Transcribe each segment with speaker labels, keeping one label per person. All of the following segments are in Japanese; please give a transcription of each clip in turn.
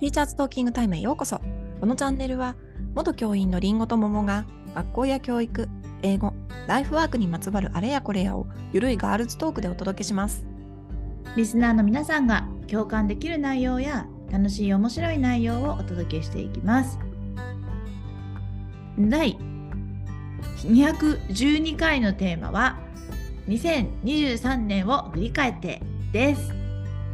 Speaker 1: ティーチャーズトーキングタイムへようこそこのチャンネルは元教員のりんごと桃が学校や教育英語ライフワークにまつわるあれやこれやをゆるいガールズトークでお届けします
Speaker 2: リスナーの皆さんが共感できる内容や楽しい面白い内容をお届けしていきます。第212回のテーマは2023年を振り返ってです。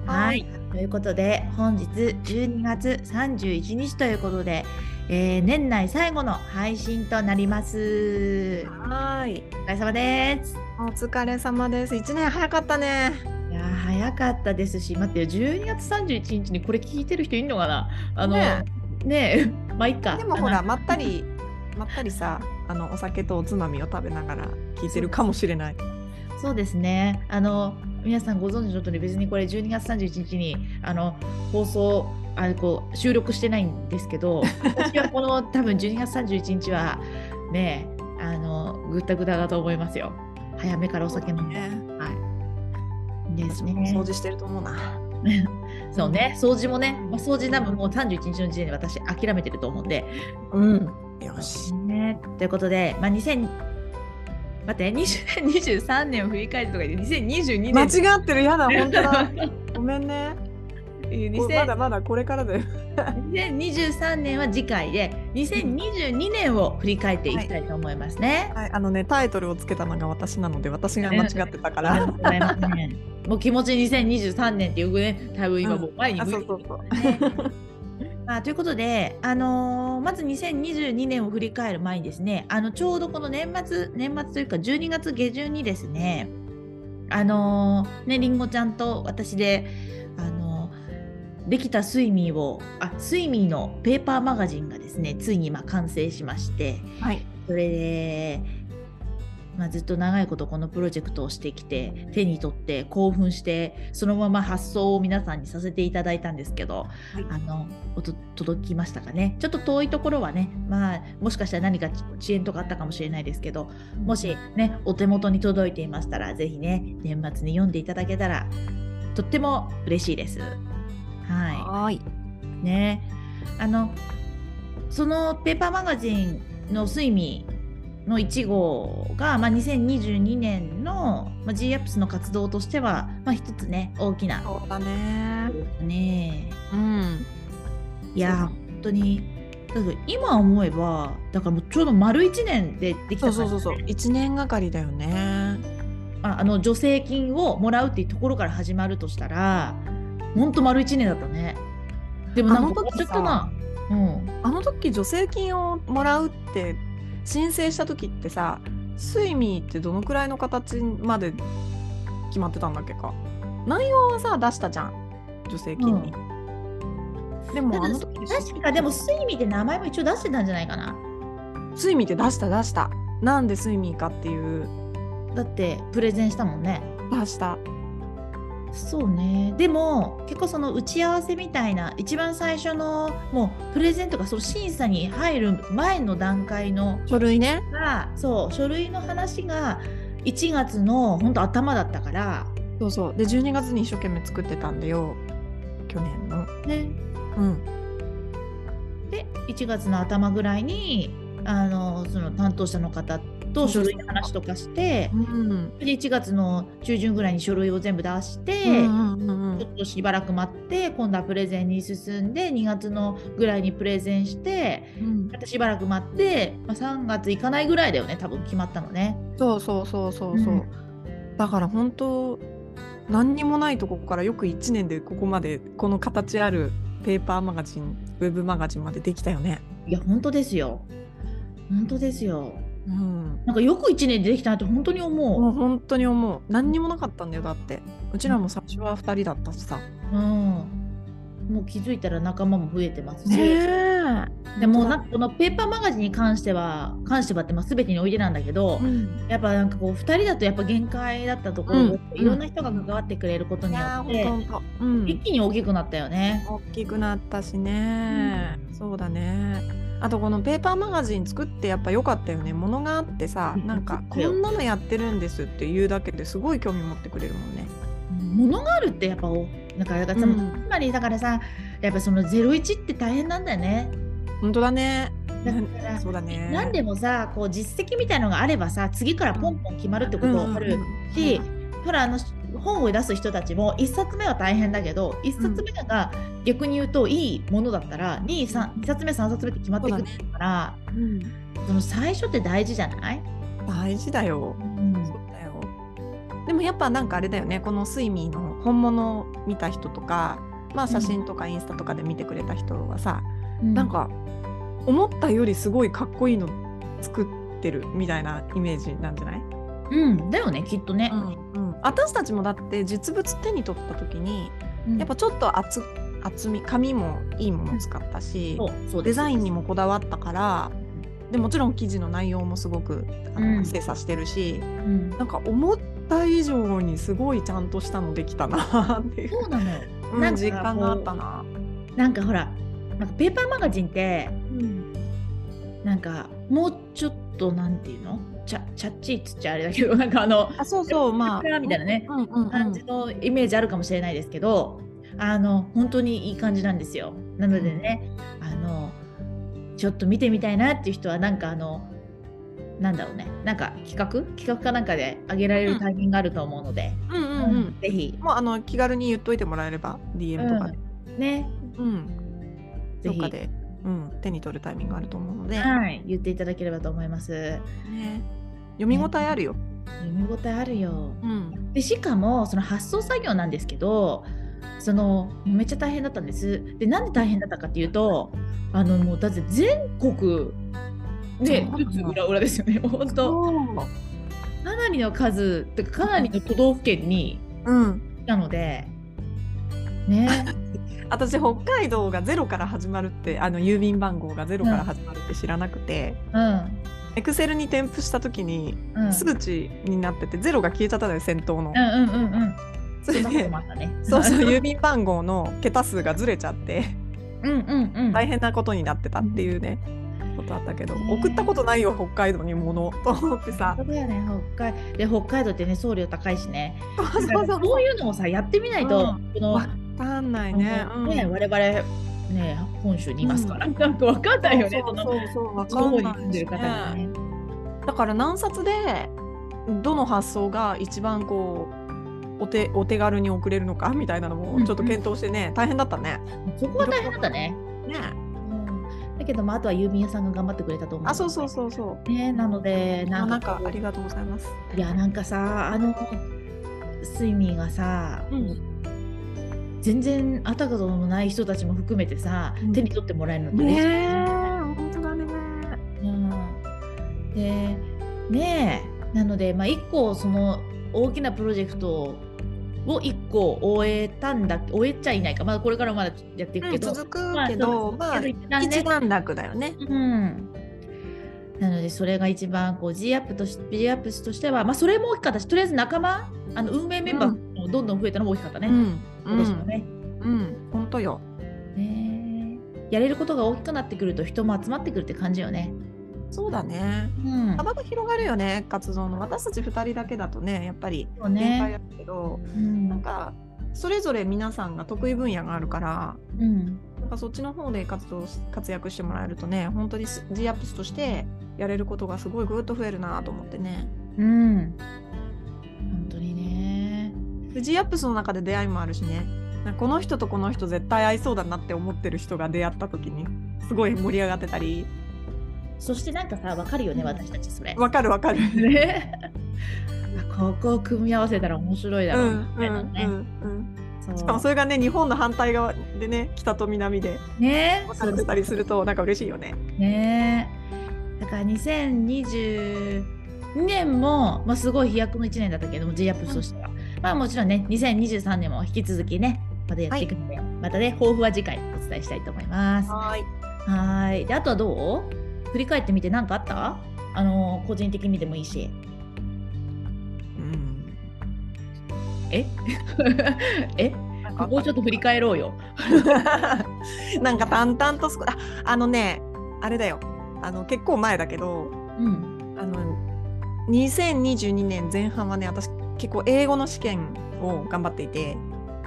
Speaker 2: はい。ということで本日12月31日ということで、えー年内最後の配信となります。
Speaker 1: はい
Speaker 2: お疲れ様です。
Speaker 1: お疲れ様です1年早かったね
Speaker 2: いやー早かったですし待ってよ12月31日にこれ聞いてる人いるのかなあの
Speaker 1: ね
Speaker 2: ねえ まあいっか
Speaker 1: でもほらまったりまったりさあのお酒とおつまみを食べながら聞いてるかもしれない
Speaker 2: そうですねあの皆さんご存知の通り別にこれ12月31日にあの放送あこう収録してないんです けど私はこの多分12月31日はねえあのぐったぐただと思いますよ早めからお酒飲んで、はいで
Speaker 1: 私
Speaker 2: すね
Speaker 1: も掃除してると思うな
Speaker 2: そうね掃除もね、まあ、掃除多分もう31日の時点で私諦めてると思うんで
Speaker 1: うんよし
Speaker 2: ね、ということで、まあ、2000待って20 2023年を振り返るとか言って2022
Speaker 1: 間
Speaker 2: 年
Speaker 1: 違ってるやだ本当だごめん ねこまだまだこれからだよ
Speaker 2: 2023年は次回で2022年を振り返っていきたいと思いますね。
Speaker 1: はい、あのねタイトルをつけたのが私なので私が間違ってたか
Speaker 2: ありが
Speaker 1: ら
Speaker 2: とうございますね もう気持ち2023年っていうね多分今もう前に
Speaker 1: あ
Speaker 2: 向
Speaker 1: そ
Speaker 2: いうて
Speaker 1: そう
Speaker 2: る
Speaker 1: そう
Speaker 2: ねまあ、ということで、あのーまず2022年を振り返る前にですねあのちょうどこの年末年末というか12月下旬にですねあのーねりんごちゃんと私で、あのーできたスイミーをあスイミーのペーパーマガジンがですねついにまあ完成しまして
Speaker 1: はい
Speaker 2: それで、まあ、ずっと長いことこのプロジェクトをしてきて手に取って興奮してそのまま発送を皆さんにさせていただいたんですけど、
Speaker 1: い
Speaker 2: あのおと届きましたかねちょっと遠いところはね、まあ、もしかしたら何かち遅延とかあったかもしれないですけどもしねお手元に届いていましたらぜひね年末に読んでいただけたらとっても嬉しいです。はい、
Speaker 1: はい
Speaker 2: ねあのそのペーパーマガジンの「睡眠」の1号が、まあ、2022年の、まあ、GAPS の活動としては、まあ、一つね大きな
Speaker 1: そうだね
Speaker 2: ね
Speaker 1: うん
Speaker 2: い
Speaker 1: そ
Speaker 2: や
Speaker 1: う
Speaker 2: 本当にだから今思えばだからもうちょうど丸1年ででき
Speaker 1: そ
Speaker 2: た
Speaker 1: うそうそうそう
Speaker 2: 感じ
Speaker 1: 一年がかりだよね
Speaker 2: ああの助成金をもらうっていうところから始まるとしたら本当丸1年だったねでもなん
Speaker 1: あ
Speaker 2: か
Speaker 1: の時
Speaker 2: 終わっちゃったなうん
Speaker 1: あの時助成金をもらうって申請した時ってさ睡眠ってどのくらいの形まで決まってたんだっけか内容はさ出したじゃん助成金に、で
Speaker 2: た
Speaker 1: も
Speaker 2: だ
Speaker 1: あの時
Speaker 2: 確かでも睡眠って名前も一応出してたんじゃないかな
Speaker 1: 睡眠って出した出したなんで睡眠かっていう
Speaker 2: だってプレゼンしたもんね
Speaker 1: 出した
Speaker 2: そうねでも結構その打ち合わせみたいな一番最初のもうプレゼンとかその審査に入る前の段階の
Speaker 1: 書類ね
Speaker 2: がそう書類の話が1月の本当頭だったから
Speaker 1: そうそうで12月に一生懸命作ってたんだよ去年の
Speaker 2: ね
Speaker 1: うん
Speaker 2: で1月の頭ぐらいにあのその担当者の方と書類の話とかして
Speaker 1: うん
Speaker 2: で1月の中旬ぐらいに書類を全部出して。
Speaker 1: うんうんうんうん
Speaker 2: ちょっとしばらく待って今度はプレゼンに進んで2月のぐらいにプレゼンして
Speaker 1: うん
Speaker 2: またしばらく待って、まあ、3月行かないぐらいだよね多分決まったのね。
Speaker 1: そうそうそうそうそう、
Speaker 2: う
Speaker 1: だから本当何にもないとこからよく1年でここまでこの形あるペーパーマガジンウェブマガジンまでできたよね
Speaker 2: いや本当ですよ本当ですよ
Speaker 1: うん
Speaker 2: なんかよく1年でできたなって本当に
Speaker 1: も
Speaker 2: 思
Speaker 1: う
Speaker 2: う。
Speaker 1: 本当に思う何にもなかったんだよだってうちらも最初は2人だったしさ
Speaker 2: うんもう気づいたら仲間も増えてますし、
Speaker 1: え
Speaker 2: でもうなんかこのペーパーマガジンに関しては関してはってまあ全てにおいてなんだけど、
Speaker 1: うん
Speaker 2: やっぱなんかこう2人だとやっぱ限界だったところを、
Speaker 1: うん
Speaker 2: いろんな人が関わってくれること
Speaker 1: い
Speaker 2: によ
Speaker 1: やー
Speaker 2: っ
Speaker 1: ほ
Speaker 2: て、
Speaker 1: んとほんとうん
Speaker 2: 一気に大きくなったよね。
Speaker 1: 大きくなったしね、そうだねあとこのペーパーマガジン作ってやっぱ良かったよねものがあってさ
Speaker 2: うん
Speaker 1: なんか
Speaker 2: そうだ
Speaker 1: こ
Speaker 2: よ
Speaker 1: んなのやってるんですって言うだけですごい興味持ってくれるもんね。
Speaker 2: 物があるってやっぱおなんかだからつまり
Speaker 1: うん
Speaker 2: つまりだからさやっぱその01って大変なんだよね。
Speaker 1: 本当だね。
Speaker 2: だか
Speaker 1: な
Speaker 2: ら
Speaker 1: そうだね。
Speaker 2: 何でもさこう実績みたいのがあればさ次からポンポン決まるってこ
Speaker 1: うんう
Speaker 2: と
Speaker 1: ん
Speaker 2: あ
Speaker 1: う
Speaker 2: る
Speaker 1: ん
Speaker 2: し、ほらあの本を出す人たちも1冊目は大変だけど1冊目が逆に言うといいものだったら 2, 三2冊目3冊目って決まってくるから
Speaker 1: うん
Speaker 2: その最初って大事じゃない、
Speaker 1: 大事だよ。
Speaker 2: うん
Speaker 1: そうだよ。でもやっぱなんかあれだよね。このスイミーの本物を見た人とか、まあ写真とかインスタとかで見てくれた人はさ、なんか思ったよりすごいかっこいいの作ってるみたいなイメージなんじゃない？
Speaker 2: うんだよねきっとね、
Speaker 1: うん、私たちもだって実物手に取った時に、
Speaker 2: うん
Speaker 1: やっぱちょっと厚厚み紙もいいもの使ったし、
Speaker 2: そうそうで
Speaker 1: デ
Speaker 2: す
Speaker 1: ザインにもこだわったからでもちろん記事の内容もすごくあの、
Speaker 2: うん
Speaker 1: 精査してるし
Speaker 2: うん
Speaker 1: なんか思った以上にすごいちゃんとしたのできたなっていう、
Speaker 2: そうなのよ
Speaker 1: うん
Speaker 2: なんか
Speaker 1: 実感があったな。
Speaker 2: なんかほらなんかペーパーマガジンってなんかもうちょっとなんていうのちゃちゃっちいっつっちゃあれだけど なんかあの
Speaker 1: あそうそうまあ
Speaker 2: 桜みたいなね、
Speaker 1: うんうんうん
Speaker 2: 感じのイメージあるかもしれないですけどあの本当にいい感じなんですよなのでね、あのちょっと見てみたいなっていう人はなんかあのなんだろうねなんか企画企画かなんかであげられるタイミングがあると思うので、
Speaker 1: うんうんうん
Speaker 2: ぜひ
Speaker 1: もうあの気軽に言っといてもらえれば DM とかで、
Speaker 2: ね
Speaker 1: うん、
Speaker 2: ぜ
Speaker 1: どっ
Speaker 2: ひ
Speaker 1: かで、うん、手に取るタイミングがあると思うので、
Speaker 2: はい、言っていただければと思います。
Speaker 1: ね、読み応えあるよ。
Speaker 2: 読み応えあるよ。
Speaker 1: うん、
Speaker 2: でしかもその発送作業なんですけどそのめっちゃ大変だったんですでなんで大変だったかっていうとあのもうだって全国ね
Speaker 1: そう
Speaker 2: うつ裏裏ですよね本当かなりの数てかかなりの都道府県に
Speaker 1: うん、
Speaker 2: なので ね
Speaker 1: 私北海道がゼロから始まるってあの郵便番号がゼロから始まるって知らなくて、
Speaker 2: うん
Speaker 1: エクセルに添付した時に
Speaker 2: うん
Speaker 1: 数値になっててゼロが消えちゃったのよ先頭の
Speaker 2: う。んうんうんうん
Speaker 1: それ
Speaker 2: そんなこと
Speaker 1: で
Speaker 2: もあったね
Speaker 1: そうそう郵便番号の桁数がずれちゃって
Speaker 2: うんうんうん
Speaker 1: 大変なことになってたっていうねことあったけど
Speaker 2: ね
Speaker 1: 送ったことないよ北海道に物と思ってさ
Speaker 2: そうだよね北海で北海道ってね送料高いしね
Speaker 1: そう
Speaker 2: だか
Speaker 1: そう
Speaker 2: ら
Speaker 1: そ
Speaker 2: そういうのをさやってみないと、
Speaker 1: う
Speaker 2: この
Speaker 1: わ分かんないね。うん
Speaker 2: ね、我々ね本州にいま すから、なんかわかんないよね
Speaker 1: そう
Speaker 2: そ
Speaker 1: そ
Speaker 2: の
Speaker 1: うそうわ
Speaker 2: 地方
Speaker 1: かん
Speaker 2: に
Speaker 1: ない
Speaker 2: 住んでる方がね。
Speaker 1: だから何冊でどの発想が一番こうお手お手軽に送れるのかみたいなの
Speaker 2: うんう
Speaker 1: も
Speaker 2: ん
Speaker 1: ちょっと検討してね、大変だったね。
Speaker 2: そこは大変だったね。
Speaker 1: ね
Speaker 2: うん、だけどまああとは郵便屋さんが頑張ってくれたと思う。
Speaker 1: あそうそうそうそう。
Speaker 2: う。ねなので
Speaker 1: あ
Speaker 2: な
Speaker 1: なんん
Speaker 2: か
Speaker 1: かありがとうございます。
Speaker 2: いやなんかさあのスイミーがさ、
Speaker 1: うん
Speaker 2: 全然あたかともない人たちも含めてさ、
Speaker 1: うん
Speaker 2: 手に取ってもらえるのって嬉しい
Speaker 1: ね
Speaker 2: よ
Speaker 1: え本当だね。
Speaker 2: うんでねえなので、まあ、1個その大きなプロジェクトを1個終えたんだ終えちゃいないかまだこれからまだやっていく
Speaker 1: う
Speaker 2: け
Speaker 1: ん、
Speaker 2: ど、
Speaker 1: 続くけど、ま
Speaker 2: ま
Speaker 1: あ
Speaker 2: あそうですけど一旦ね
Speaker 1: 一段落だよね。
Speaker 2: うん、なのでそれが一番こう G アップとし G アップとしては、まあ、それも大きかったしとりあえず仲間あの運営メンバ
Speaker 1: う
Speaker 2: ーもどんどん増えたのも大きかったね。
Speaker 1: うんう
Speaker 2: 今年も
Speaker 1: ん
Speaker 2: ね
Speaker 1: うん本当よ。
Speaker 2: ねえやれることが大きくなってくると人も集まってくるって感じよね。
Speaker 1: そうだね。
Speaker 2: うん、
Speaker 1: 幅が広がるよね活動の私たち二人だけだとねやっぱり
Speaker 2: そう
Speaker 1: 限界
Speaker 2: ね。
Speaker 1: あるけど、
Speaker 2: うん
Speaker 1: なんかそれぞれ皆さんが得意分野があるから
Speaker 2: うん
Speaker 1: なんかそっちの方で活動し活躍してもらえるとね本当にす G アップスとしてやれることがすごいぐっと増えるなと思ってね
Speaker 2: うん。本当にね。
Speaker 1: で G アップスの中で出会いもあるしねなんかこの人とこの人絶対合いそうだなって思ってる人が出会った時にすごい盛り上がってたり
Speaker 2: そしてなんかさ、わかるよね、私たちそれ。
Speaker 1: わかるわかる
Speaker 2: ね。 あここを組み合わせたら面白いだ
Speaker 1: うんう
Speaker 2: ろうん
Speaker 1: う
Speaker 2: みたいなのね。
Speaker 1: んうん
Speaker 2: そう
Speaker 1: しかもそれがね日本の反対側でね北と南で
Speaker 2: ね。
Speaker 1: 分
Speaker 2: そ
Speaker 1: か
Speaker 2: う
Speaker 1: れてたりするとなんか嬉しいよね
Speaker 2: ね。だから2022年も、まあ、すごい飛躍の1年だったけども、G アップスとしては。まあもちろんね、2023年も引き続きね、またやっていくので、またね、抱負は次回お伝えしたいと思います。
Speaker 1: はい
Speaker 2: はーい。で、あとはどう振り返ってみて何かあったあのー、個人的にでもいいし。
Speaker 1: うん
Speaker 2: え え
Speaker 1: なんかあっ
Speaker 2: こ
Speaker 1: た
Speaker 2: こをちょっと振り返ろうよ。
Speaker 1: なんか淡々とすこああのねあれだよあの結構前だけど
Speaker 2: うん。
Speaker 1: あの2022年前半はね私結構英語の試験を頑張っていて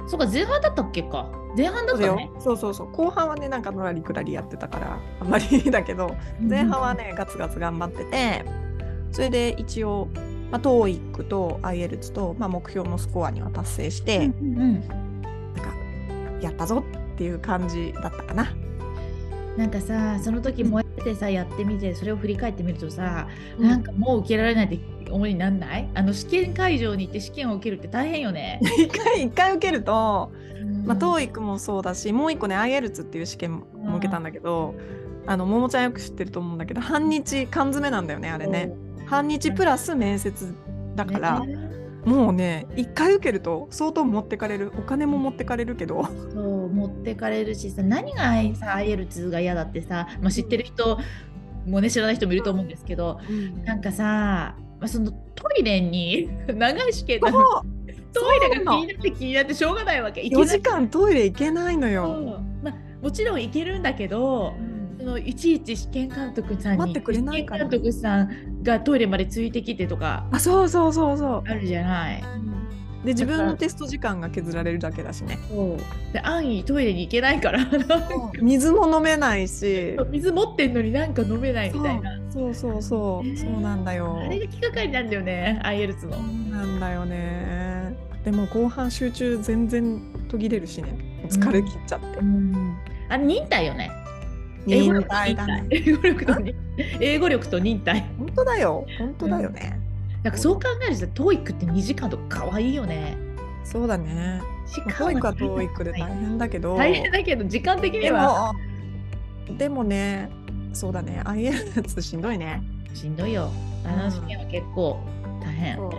Speaker 2: そっか、前半だったっけか。前半だ
Speaker 1: そ
Speaker 2: っ
Speaker 1: うだ
Speaker 2: た
Speaker 1: よ
Speaker 2: ね。
Speaker 1: そうそうそう後半はねなんかのらりくらりやってたからあんまりだけど前半はねガツガツ頑張っててそれで一応、まあ、TOEIC と IELTS と、まあ、目標のスコアには達成し
Speaker 2: うん
Speaker 1: て、
Speaker 2: うんうん
Speaker 1: なんかやったぞっていう感じだったかな。
Speaker 2: なんかさその時燃えてさやってみてそれを振り返ってみるとさ、なんかもう受けられないって思いになんないあの試験会場に行って試験を受けるって大変よね。
Speaker 1: 一回一回受けると、 まあ、
Speaker 2: い
Speaker 1: TOEIC もそうだしもう一個ね IELTS っていう試験も受けたんだけど、あのももちゃんよく知ってると思うんだけど半日缶詰なんだよねあれね。半日プラス面接だから、もうね一回受けると相当持ってかれるお金も持ってかれるけど
Speaker 2: そう持ってかれるしさ何があいさ IL2 が嫌だってさ、まあ、知ってる人もね知らない人もいると思うんですけどなんかさ、まあ、そのトイレに 長い試験なのに
Speaker 1: も
Speaker 2: トイレが気になって気になってしょうがないわけ
Speaker 1: う
Speaker 2: 行け
Speaker 1: 4
Speaker 2: ない
Speaker 1: 時間トイレ行けないのよ。
Speaker 2: うんまあ、もちろん行けるんだけどそのいちいち試験監督さんに
Speaker 1: 待ってくれないから
Speaker 2: 試験監督さんがトイレまでついてきてとか
Speaker 1: あそうそうそうそう。
Speaker 2: あるじゃない。
Speaker 1: で自分のテスト時間が削られるだけだしね。
Speaker 2: で安易にトイレに行けないから
Speaker 1: 水も飲めないし。
Speaker 2: 水持ってんのになんか飲めないみたいな。
Speaker 1: そうそうそうそう。そうなんだよ。
Speaker 2: あれが気がかりなんだよね、アイエルツの
Speaker 1: そ。うなんだよね。でも後半集中全然途切れるしね。疲れ切っちゃって。
Speaker 2: あれ忍耐よね。英語
Speaker 1: 忍
Speaker 2: 力と
Speaker 1: 耐
Speaker 2: 忍
Speaker 1: だ
Speaker 2: 耐
Speaker 1: ね。
Speaker 2: 英語力と忍耐。 英語力と忍耐。
Speaker 1: 本当だよ。本当だよね。
Speaker 2: なんかそう考えると、トーイックって2時間とか可愛いよね。
Speaker 1: そうだね。
Speaker 2: し
Speaker 1: まあ、教育は教育で大変だけど、
Speaker 2: 大変だけど、時間的に
Speaker 1: で
Speaker 2: は
Speaker 1: もでもねそうだね IELTS しんどいね
Speaker 2: しんどいよ。あの試験は結構大変。うん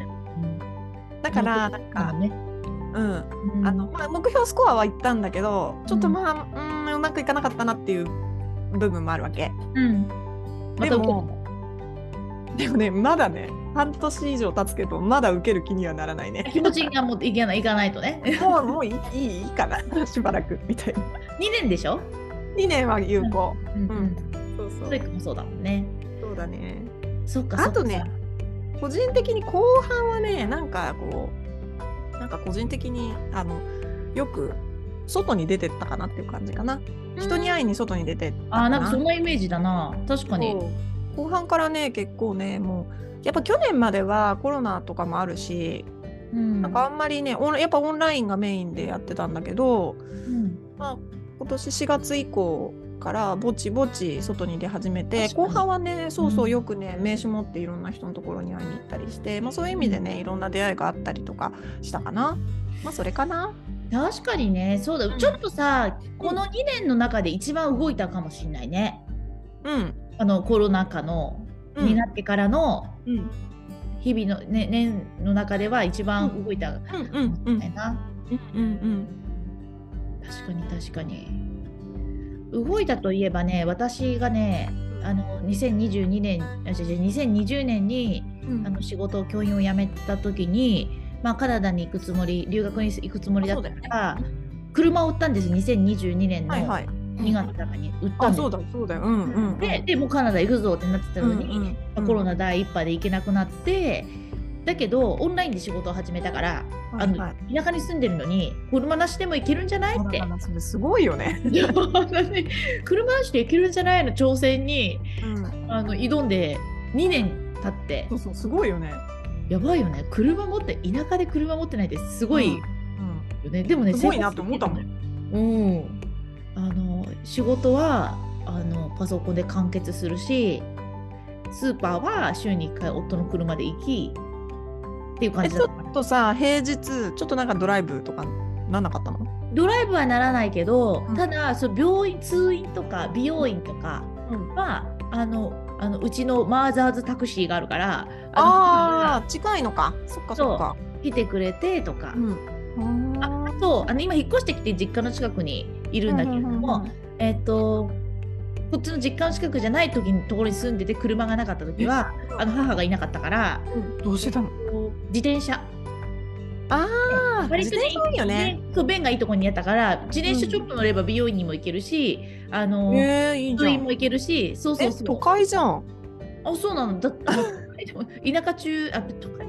Speaker 1: だからなん
Speaker 2: まあ
Speaker 1: か、
Speaker 2: ね、
Speaker 1: うん
Speaker 2: うん
Speaker 1: あのまあ、目標スコアは行ったんだけどちょっとまあ、うん、うまくいかなかったなっていう部分もあるわけ
Speaker 2: うん。ま
Speaker 1: で
Speaker 2: た
Speaker 1: もでもねまだね半年以上経つけどまだ受ける気にはならないね
Speaker 2: 気持ちがもういけないいかないとね。
Speaker 1: もうもういいいいいいかなしばらくみたいな
Speaker 2: 2年でしょ。
Speaker 1: 2年は有効、
Speaker 2: うんうん。
Speaker 1: そうそ
Speaker 2: トーイ
Speaker 1: う
Speaker 2: ックもそうだもんね。
Speaker 1: そうだね
Speaker 2: そっかそっか。
Speaker 1: あとね個人的に後半はねなんかこうなんか個人的にあのよく外に出てったかなっていう感じかな、
Speaker 2: うん
Speaker 1: 人に会いに外に出てったか
Speaker 2: あーなんかそんなイメージだな確かに
Speaker 1: そう後半からね結構ねもうやっぱ去年まではコロナとかもあるし、
Speaker 2: うん
Speaker 1: なんかあんまりねオンやっぱオンラインがメインでやってたんだけど
Speaker 2: うん
Speaker 1: 今年4月以降からぼちぼち外に出始めて
Speaker 2: 確かに
Speaker 1: 後半はねそうそううんよくね名刺持っていろんな人のところに会いに行ったりして、まあ、そういう意味でねいろんな出会いがあったりとかしたかなまあそれかな
Speaker 2: 確かにねそうだ、
Speaker 1: うん
Speaker 2: ちょっとさこの2年の中で一番動いたかもしれないね
Speaker 1: うん、
Speaker 2: あのコロナ禍の、
Speaker 1: うん
Speaker 2: になってからの
Speaker 1: うんうん
Speaker 2: 日々の、ね、年の中では一番動いたかも
Speaker 1: うんうんう
Speaker 2: しれ
Speaker 1: ん
Speaker 2: ないな、
Speaker 1: うん
Speaker 2: 確かに確かに動いたといえばね私がねあの2022年あ違う違う2020年に
Speaker 1: うん
Speaker 2: あの仕事を教員を辞めた時に、まあ、カナダに行くつもり留学に行くつもりだったから、
Speaker 1: そうだ
Speaker 2: 車を売ったんです2022年の
Speaker 1: はいは
Speaker 2: 2
Speaker 1: い
Speaker 2: 月中に売ったん
Speaker 1: あ
Speaker 2: です、
Speaker 1: そうだそうだようんうんうん
Speaker 2: ででもうカナダ行くぞってなってたのに、
Speaker 1: うんうん
Speaker 2: コロナ第一波で行けなくなってだけどオンラインで仕事を始めたから、
Speaker 1: はいはい
Speaker 2: あの田舎に住んでるのに車なしでも行けるんじゃない
Speaker 1: そう
Speaker 2: っ
Speaker 1: だ
Speaker 2: て
Speaker 1: か。らそれすごいよね。
Speaker 2: いや私車なしで行けるんじゃないの挑戦にあの挑んで2年経って
Speaker 1: そうそうすごいよね。
Speaker 2: やばいよね車持って田舎で車持ってないってすごい
Speaker 1: うん
Speaker 2: よね、でもね
Speaker 1: すごいなって思ったもん。
Speaker 2: ん、うん、あの仕事はあのパソコンで完結するしスーパーは週に1回夫の車で行きっていう感
Speaker 1: え
Speaker 2: じ
Speaker 1: ち
Speaker 2: だ
Speaker 1: ょ
Speaker 2: った
Speaker 1: っとさ平日ちょっとなんかドライブとかなんなかったの？
Speaker 2: ドライブはならないけど、
Speaker 1: うん
Speaker 2: ただその病院通院とか美容院とか
Speaker 1: うん
Speaker 2: は、あのあのうちのマーザーズタクシーがあるから
Speaker 1: ああ
Speaker 2: の
Speaker 1: 近いのか。そっかそっか。
Speaker 2: 来てくれてとか、
Speaker 1: うん。
Speaker 2: ああとあの今引っ越してきて実家の近くにいるんだけれども、えっ、とこっちの実家の近くじゃない時にところに住んでて車がなかった時はあの母がいなかったから
Speaker 1: うんどうしてたの？
Speaker 2: こう自転車
Speaker 1: ああ
Speaker 2: 割
Speaker 1: 自
Speaker 2: とね
Speaker 1: 転車いいよね。
Speaker 2: 便そう便がいいところにあったから自転車ショップ乗れば美容院にも行けるし、あの
Speaker 1: ええいいじゃ
Speaker 2: 病院も
Speaker 1: ん。
Speaker 2: 行けるしそうそ
Speaker 1: え
Speaker 2: うそ
Speaker 1: 都
Speaker 2: う
Speaker 1: 会じゃん。
Speaker 2: あそうなのだ田舎中あ都会、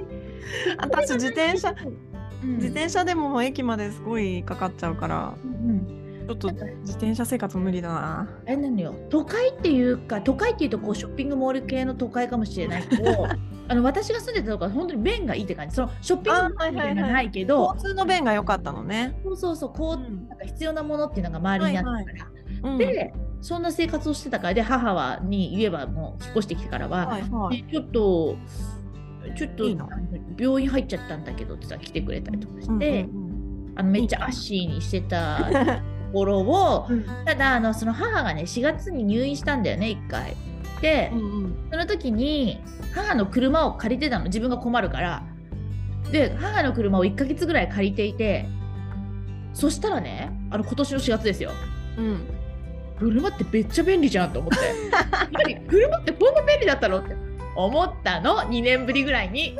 Speaker 1: 私自転車
Speaker 2: うん
Speaker 1: 自転車でももう駅まですごいかかっちゃうから。
Speaker 2: うん
Speaker 1: ょっと自転車生活無理だな。
Speaker 2: あれなのよ都会っていうか都会っていうとこうショッピングモール系の都会かもしれないけ どあの私が住んでたとこは本当に便がいいって感じそのショッピングモールみた
Speaker 1: あはいはいは
Speaker 2: いなの
Speaker 1: い
Speaker 2: はないけど、
Speaker 1: 交通の便が良かったのね。
Speaker 2: そうそうそうこう、
Speaker 1: うん
Speaker 2: なんか必要なものっていうのが周りにあったから、
Speaker 1: うん
Speaker 2: でそんな生活をしてたからで母はに言えばもう引っ越してきてからは、
Speaker 1: はいはい。
Speaker 2: でちょっとちょっと
Speaker 1: いいの
Speaker 2: 病院入っちゃったんだけどってさ来てくれたりとかして、
Speaker 1: うん
Speaker 2: あのめっちゃアッシーにしてたところを
Speaker 1: うんうん
Speaker 2: ただあのその母がね4月に入院したんだよね1回。で、
Speaker 1: うんうん
Speaker 2: その時に母の車を借りてたの自分が困るから。で母の車を1ヶ月ぐらい借りていてそしたらねあの今年の4月ですよ
Speaker 1: うん
Speaker 2: 車ってめっちゃ便利じゃんと思って何車ってこんな便利だったのって思ったの2年ぶりぐらいに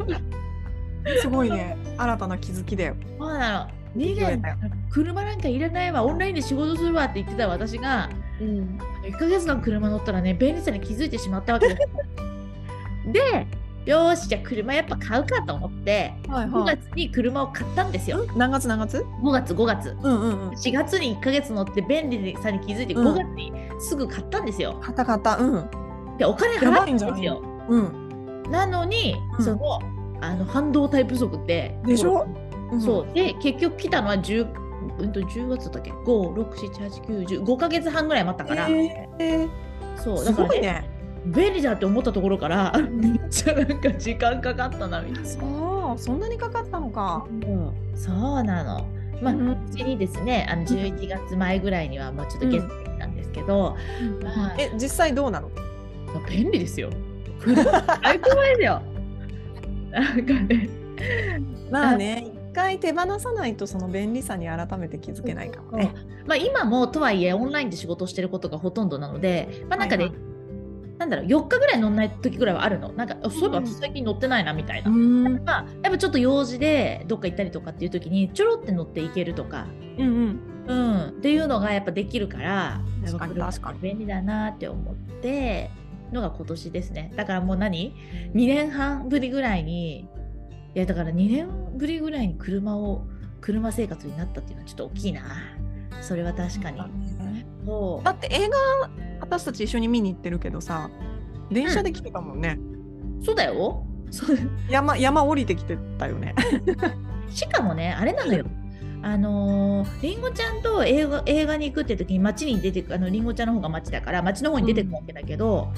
Speaker 1: すごいね。新たな気づきだよ。
Speaker 2: そうなの
Speaker 1: で
Speaker 2: 2
Speaker 1: きるように
Speaker 2: 年
Speaker 1: なっ
Speaker 2: 車なんかいらないわオンラインで仕事するわって言ってた私が
Speaker 1: うん。
Speaker 2: 1ヶ月間車乗ったらね便利さに気づいてしまったわけですでよーしじゃあ車やっぱ買うかと思って
Speaker 1: はい
Speaker 2: 5
Speaker 1: はい。
Speaker 2: 月に車を買ったんですよ
Speaker 1: 何月何月？
Speaker 2: 5月5月
Speaker 1: うんうんうん。
Speaker 2: 4月に1ヶ月乗って便利さに気づいて
Speaker 1: うん
Speaker 2: 5月にすぐ買ったんですよ、
Speaker 1: カタカタ。うん
Speaker 2: でお金
Speaker 1: やば
Speaker 2: 払
Speaker 1: い
Speaker 2: っ
Speaker 1: ん
Speaker 2: た
Speaker 1: じゃ
Speaker 2: ん
Speaker 1: な
Speaker 2: で
Speaker 1: い
Speaker 2: すよ
Speaker 1: うん。
Speaker 2: なのに、
Speaker 1: うん
Speaker 2: そのあの半導体不足って
Speaker 1: でしょ？ん
Speaker 2: そうで結局来たのは10うんと10月だったっけ5678910ヶ月半ぐらい待ったから、
Speaker 1: えーえー
Speaker 2: そう
Speaker 1: す
Speaker 2: だから
Speaker 1: ご
Speaker 2: ね
Speaker 1: いね。
Speaker 2: 便利だって思ったところから めっちゃなんか時間かかったなみたい
Speaker 1: そうそんなにかかったのか。
Speaker 2: な、そうなのまあ、
Speaker 1: う
Speaker 2: うんちにですねあの11月前ぐらいにはもうちょっとゲストできたんですけど、まあ
Speaker 1: え実際どうなの？
Speaker 2: 便 利ですよ最高ですよなんかね
Speaker 1: まあね。一回手放さないとその便利さに改めて気づけないかもね。
Speaker 2: まあ、今もとはいえオンラインで仕事をしてることがほとんどなので、まあ、なんかね、
Speaker 1: はいは
Speaker 2: なんだろう4日ぐらい乗んない時ぐらいはあるのなんかあそういえば
Speaker 1: うん
Speaker 2: 私最近乗ってないなみたいな、
Speaker 1: んうん
Speaker 2: まあ、やっぱちょっと用事でどっか行ったりとかっていう時にちょろって乗っていけるとか、
Speaker 1: うん。
Speaker 2: うん、っていうのがやっぱできるから
Speaker 1: 確かに
Speaker 2: やっぱ車
Speaker 1: 確かに
Speaker 2: 便利だなって思ってのが今年ですねだからもう何2年半ぶりぐらいにいやだから2年ぶりぐらいに車を車生活になったっていうのはちょっと大きいなそれは確かに。そう
Speaker 1: だって映画私たち一緒に見に行ってるけどさ電車で来てたもんね、
Speaker 2: そうだよそう
Speaker 1: 山山降りてきてたよね
Speaker 2: しかもねあれなのよあのー、りんごちゃんと映画映画に行くって時に街に出てくあのりんごちゃんの方が街だから街の方に出てくわけだけど、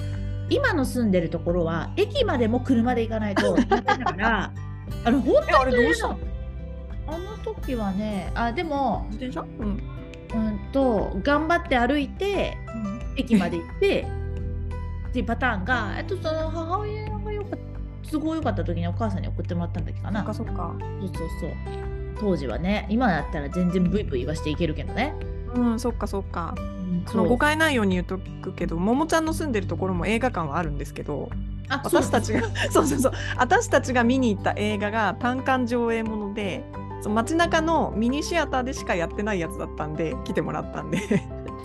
Speaker 2: 今の住んでるところは駅までも車で行かないとだから あの本当に
Speaker 1: えあれどうしたの
Speaker 2: あの時はねあでも
Speaker 1: 自転車うん、
Speaker 2: うんと頑張って歩いて駅まで行ってっていうパターンがあとその母親がよかった都合良かった時にお母さんに送ってもらったんだっけか
Speaker 1: そ
Speaker 2: な
Speaker 1: っかそっか
Speaker 2: そうそうそう当時はね今だったら全然ブイブイ言わしていけるけどね、
Speaker 1: うんそっかそっかそ
Speaker 2: そ
Speaker 1: の
Speaker 2: う
Speaker 1: 誤解ないように言うとくけどももちゃんの住んでるところも映画館はあるんですけど
Speaker 2: あそう
Speaker 1: 私たちが そうそうそう私たちが見に行った映画が単館上映ものでそう街中のミニシアターでしかやってないやつだったんで来てもらったんで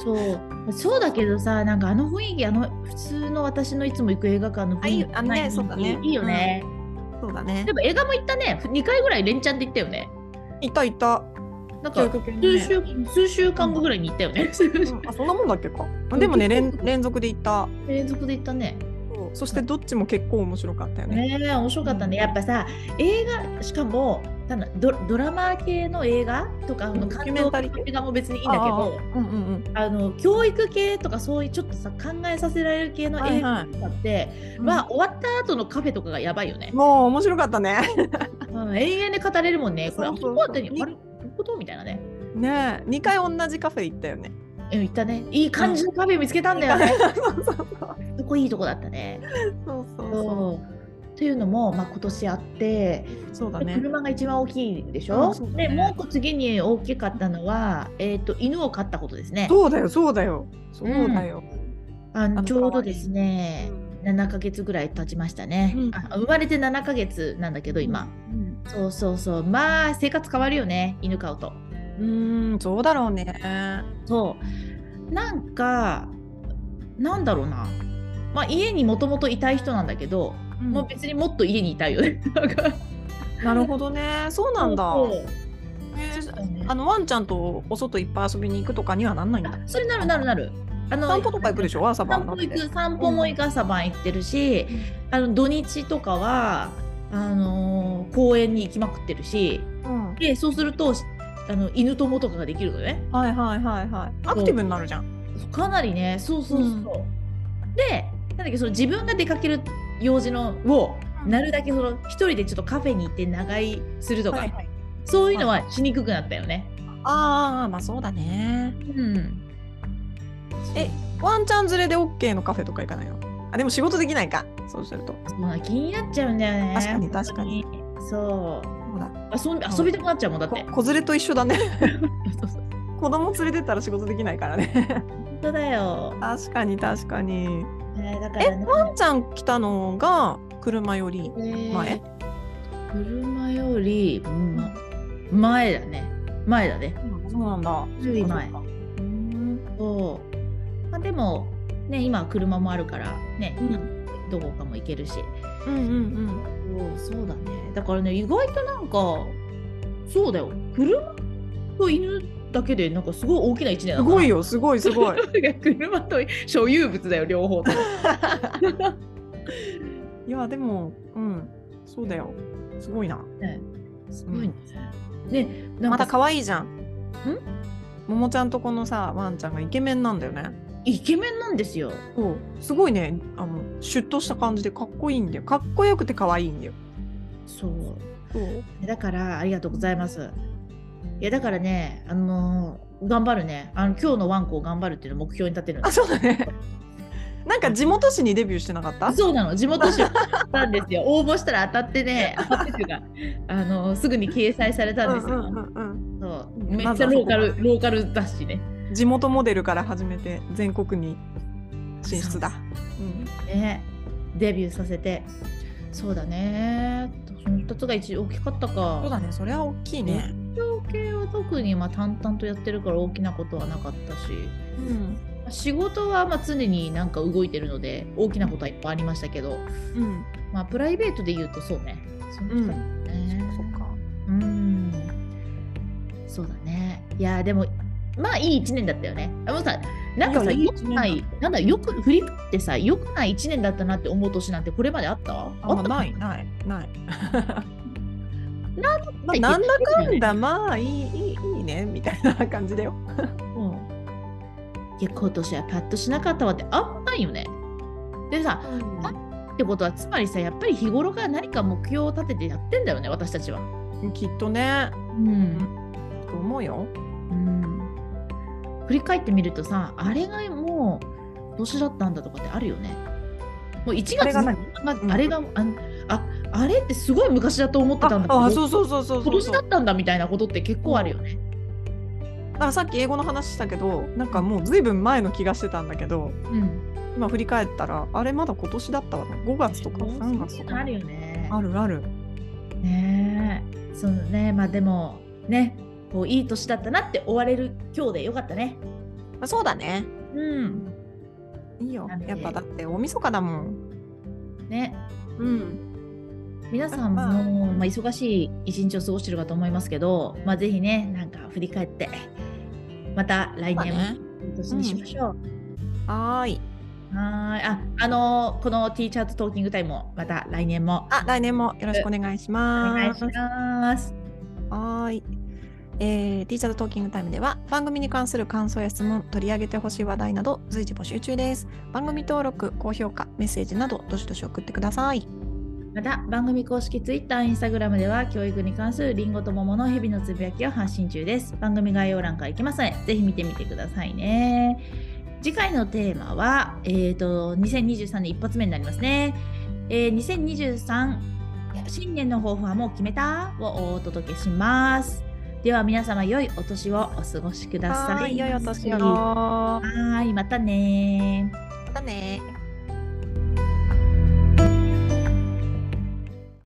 Speaker 2: そうそうだけどさなんかあの雰囲気あの普通の私のいつも行く映画館の雰囲気
Speaker 1: あいいあね
Speaker 2: ない
Speaker 1: そうだね
Speaker 2: いいよね、
Speaker 1: そうだね
Speaker 2: でも映画も行ったね2回ぐらい連チャンで行ったよね
Speaker 1: いたいた
Speaker 2: なん
Speaker 1: 教
Speaker 2: か
Speaker 1: 育系のね
Speaker 2: 数週,、数週間後ぐらいに行ったよね、
Speaker 1: うんあそんなもんだっけかでもね連連続で行った
Speaker 2: 連続で行ったね
Speaker 1: そしてどっちも結構面白かったよね。
Speaker 2: ねえ面白かったねやっぱさ映画しかもなんだドドラマ系の映画とかあ
Speaker 1: う
Speaker 2: の
Speaker 1: んドキュ
Speaker 2: 感
Speaker 1: メン
Speaker 2: 動
Speaker 1: タリー系
Speaker 2: 映画も別にいいんだけど
Speaker 1: うんうん
Speaker 2: あの教育系とかそういうちょっとさ考えさせられる系の
Speaker 1: は
Speaker 2: 映
Speaker 1: い
Speaker 2: 画
Speaker 1: はい。
Speaker 2: とかって、まあ終わった後のカフェとかがやばいよね、
Speaker 1: もう面白かったね。
Speaker 2: うん、永遠で語れるもんねこれあ
Speaker 1: そうそうそう
Speaker 2: そこあったに
Speaker 1: に
Speaker 2: あれどういうことみたいなね
Speaker 1: ねえ、二回同じカフェ行ったよね。
Speaker 2: うん言ったねいい感じのカフェ見つけたんだよね、
Speaker 1: そうそう
Speaker 2: そこいいとこだったね
Speaker 1: そうそう。
Speaker 2: そうっていうのも、まあ、今年あって、
Speaker 1: そうだ
Speaker 2: で
Speaker 1: ね。
Speaker 2: 車が一番大きいでし
Speaker 1: う
Speaker 2: ょ
Speaker 1: んそうだね
Speaker 2: でもう一個次に大きかったのは、えー、と犬を飼ったことですね
Speaker 1: そうだよそうだよそうだよ。
Speaker 2: あ
Speaker 1: あ
Speaker 2: の
Speaker 1: の
Speaker 2: ちょうどですね
Speaker 1: うん
Speaker 2: 7ヶ月ぐらい経ちましたね、
Speaker 1: うん
Speaker 2: あ生まれて7ヶ月なんだけど今、
Speaker 1: うん
Speaker 2: そうそうそうまあ生活変わるよね犬飼うと
Speaker 1: うーん、そうだろうね。
Speaker 2: そうなんかなんだろうなまあ家にもともといたい人なんだけど、もう 別にもっと家にいたいよねなんか
Speaker 1: なるほどね。そうなんだ。
Speaker 2: そうそう
Speaker 1: へえじゃ
Speaker 2: そうね
Speaker 1: あのワンちゃんとお外いっぱい遊びに行くとかにはなんないんだ
Speaker 2: あそれなるなるなる。あの
Speaker 1: 散歩とか行くでしょ朝晩
Speaker 2: 散
Speaker 1: になっ
Speaker 2: 歩
Speaker 1: て
Speaker 2: 行く散歩も行く朝晩行ってるし、あの土日とかはあのー公園に行きまくってるし
Speaker 1: うん、
Speaker 2: でそうするとあの犬友とかができるのね
Speaker 1: はいはいはいはいアクティブになるじゃん
Speaker 2: かなりねそうそうそ
Speaker 1: う
Speaker 2: う、
Speaker 1: ん
Speaker 2: でなんだっけその自分が出かける用事のを
Speaker 1: うん
Speaker 2: なるだけその一人でちょっとカフェに行って長居するとか、
Speaker 1: はいはい
Speaker 2: そういうのはしにくくなったよね。
Speaker 1: ああまあそうだね
Speaker 2: うん、
Speaker 1: えワンちゃん連れで OK のカフェとか行かないのあでも仕事できないかそうすると
Speaker 2: そうな気になっちゃうんだよね。
Speaker 1: 確かに確かに
Speaker 2: 本当に。そう
Speaker 1: そうだ
Speaker 2: 遊ん遊びたくなっちゃうもんだって。
Speaker 1: こ子連れと一緒だね
Speaker 2: そうそう
Speaker 1: 子供連れてったら仕事できないからね
Speaker 2: 本当だよ。
Speaker 1: 確かに確かに
Speaker 2: ねだからね、
Speaker 1: ワンちゃん来たのが車より前
Speaker 2: えー車より、ま前だね。前だね。
Speaker 1: そうなんだ
Speaker 2: より前そう。まあ、でも、ね、今車もあるから、ね、
Speaker 1: うん
Speaker 2: どこかも行けるし。
Speaker 1: うんうん
Speaker 2: そう、そうだね。だからね、意外となんか、そうだよ。車と犬だけで、なんかすごい大きな一年
Speaker 1: うん
Speaker 2: だ
Speaker 1: す
Speaker 2: な
Speaker 1: ごいよすごいすごい
Speaker 2: 車と所有物だよ両方とも
Speaker 1: いやでもうんそうだよすごいな
Speaker 2: ね すごいね。ねな
Speaker 1: ま
Speaker 2: んか
Speaker 1: た可愛いじゃんももちゃんとこのさワンちゃんがイケメンなんだよね
Speaker 2: イケメンなんですよ。
Speaker 1: そうすごいねあのシュッとした感じでかっこいいんだよかっこよくて可愛いんだよ
Speaker 2: そう
Speaker 1: そう
Speaker 2: だからありがとうございます。いやだからねあのー頑張るねあの今日のワンコを頑張るっていうのを目標に立てるんで
Speaker 1: あ
Speaker 2: す
Speaker 1: そうだねなんか地元紙にデビューしてなかった
Speaker 2: そうなの地元紙なんですよ 応募したら当たってね当たってっていうかあのーすぐに掲載されたんですよ、
Speaker 1: うんうんうん
Speaker 2: そう
Speaker 1: うん
Speaker 2: め
Speaker 1: ま
Speaker 2: っ
Speaker 1: ず
Speaker 2: ちゃ
Speaker 1: はそ
Speaker 2: ロ
Speaker 1: こ
Speaker 2: ーカルローカル雑誌ね
Speaker 1: うん、地元モデルから始めて全国に進出だうん
Speaker 2: ねデビューさせてそうだねその2つが一応大きかったか
Speaker 1: そうだねそれは大きいね、
Speaker 2: 勉強系は特にまあ淡々とやってるから大きなことはなかったし
Speaker 1: うん
Speaker 2: 仕事はまあ常になんか動いてるので大きなことはいっぱいありましたけど、
Speaker 1: うん
Speaker 2: まあ、プライベートで言うとそうねその
Speaker 1: うん
Speaker 2: 二つだね
Speaker 1: そっか
Speaker 2: うんそうだねいやーでもまあいい1年だったよねあもうさなんかさ
Speaker 1: いやいい
Speaker 2: よくな
Speaker 1: 一
Speaker 2: い
Speaker 1: 年
Speaker 2: なんだよく振り返ってさよくない1年だったなって思う年なんてこれまであったあ
Speaker 1: あ
Speaker 2: った
Speaker 1: ないないない
Speaker 2: な
Speaker 1: まあなんだかんだまあいいいいいいねみたいな感じだよ
Speaker 2: うんいや今年はパッとしなかったわってあんまないよね。でさってことはつまりさやっぱり日頃から何か目標を立ててやってんだよね私たちは。
Speaker 1: きっとね
Speaker 2: うん
Speaker 1: と思うよ
Speaker 2: 振り返ってみるとさあれがもう年だったんだとかってあるよね。もう1月
Speaker 1: あれが何
Speaker 2: ま
Speaker 1: うん
Speaker 2: あれがあああれってすごい昔だと思ってたんだけど
Speaker 1: ああそうそうそうそう
Speaker 2: 今
Speaker 1: そう
Speaker 2: 年
Speaker 1: そう
Speaker 2: だったんだみたいなことって結構あるよね。
Speaker 1: だからさっき英語の話したけどなんかもうずいぶん前の気がしてたんだけど
Speaker 2: うん、
Speaker 1: 今振り返ったらあれまだ今年だったわ5月とか3月とか
Speaker 2: あるよね。
Speaker 1: あるある
Speaker 2: ねえそのねまあでもねこういい年だったなって終われる今日でよかったね
Speaker 1: あそうだね
Speaker 2: うん
Speaker 1: いいよ
Speaker 2: なんで
Speaker 1: やっぱだって大晦日だもん
Speaker 2: ね
Speaker 1: うん
Speaker 2: 皆さんも、
Speaker 1: まあ
Speaker 2: まあ、忙しい一日を過ごしてるかと思いますけどまあぜひねなんか振り返ってまた来
Speaker 1: まあ
Speaker 2: 年も
Speaker 1: ね
Speaker 2: いい年にしましょう、
Speaker 1: はーい
Speaker 2: はーいああのーこの T チャートトーキングタイムもまた来年も
Speaker 1: あ来年もよろしくお願いし
Speaker 2: お
Speaker 1: ます
Speaker 2: 願いします
Speaker 1: はーい。えー、ティーチャーズトーキングタイムでは番組に関する感想や質問、取り上げてほしい話題など随時募集中です。番組登録、高評価、メッセージなどどしどし送ってください。
Speaker 2: また番組公式 Twitter、Instagram では教育に関するリンゴと桃の日々のつぶやきを発信中です。番組概要欄から行きますので、ぜひ見てみてくださいね。次回のテーマは、えー、と2023年一発目になりますね。えー2023新年の抱負はもう決めたをお届けします。では皆様良いお年をお過ごしください。
Speaker 1: 良いお年を。
Speaker 2: は
Speaker 1: ま
Speaker 2: ーい、またねー。
Speaker 1: たね。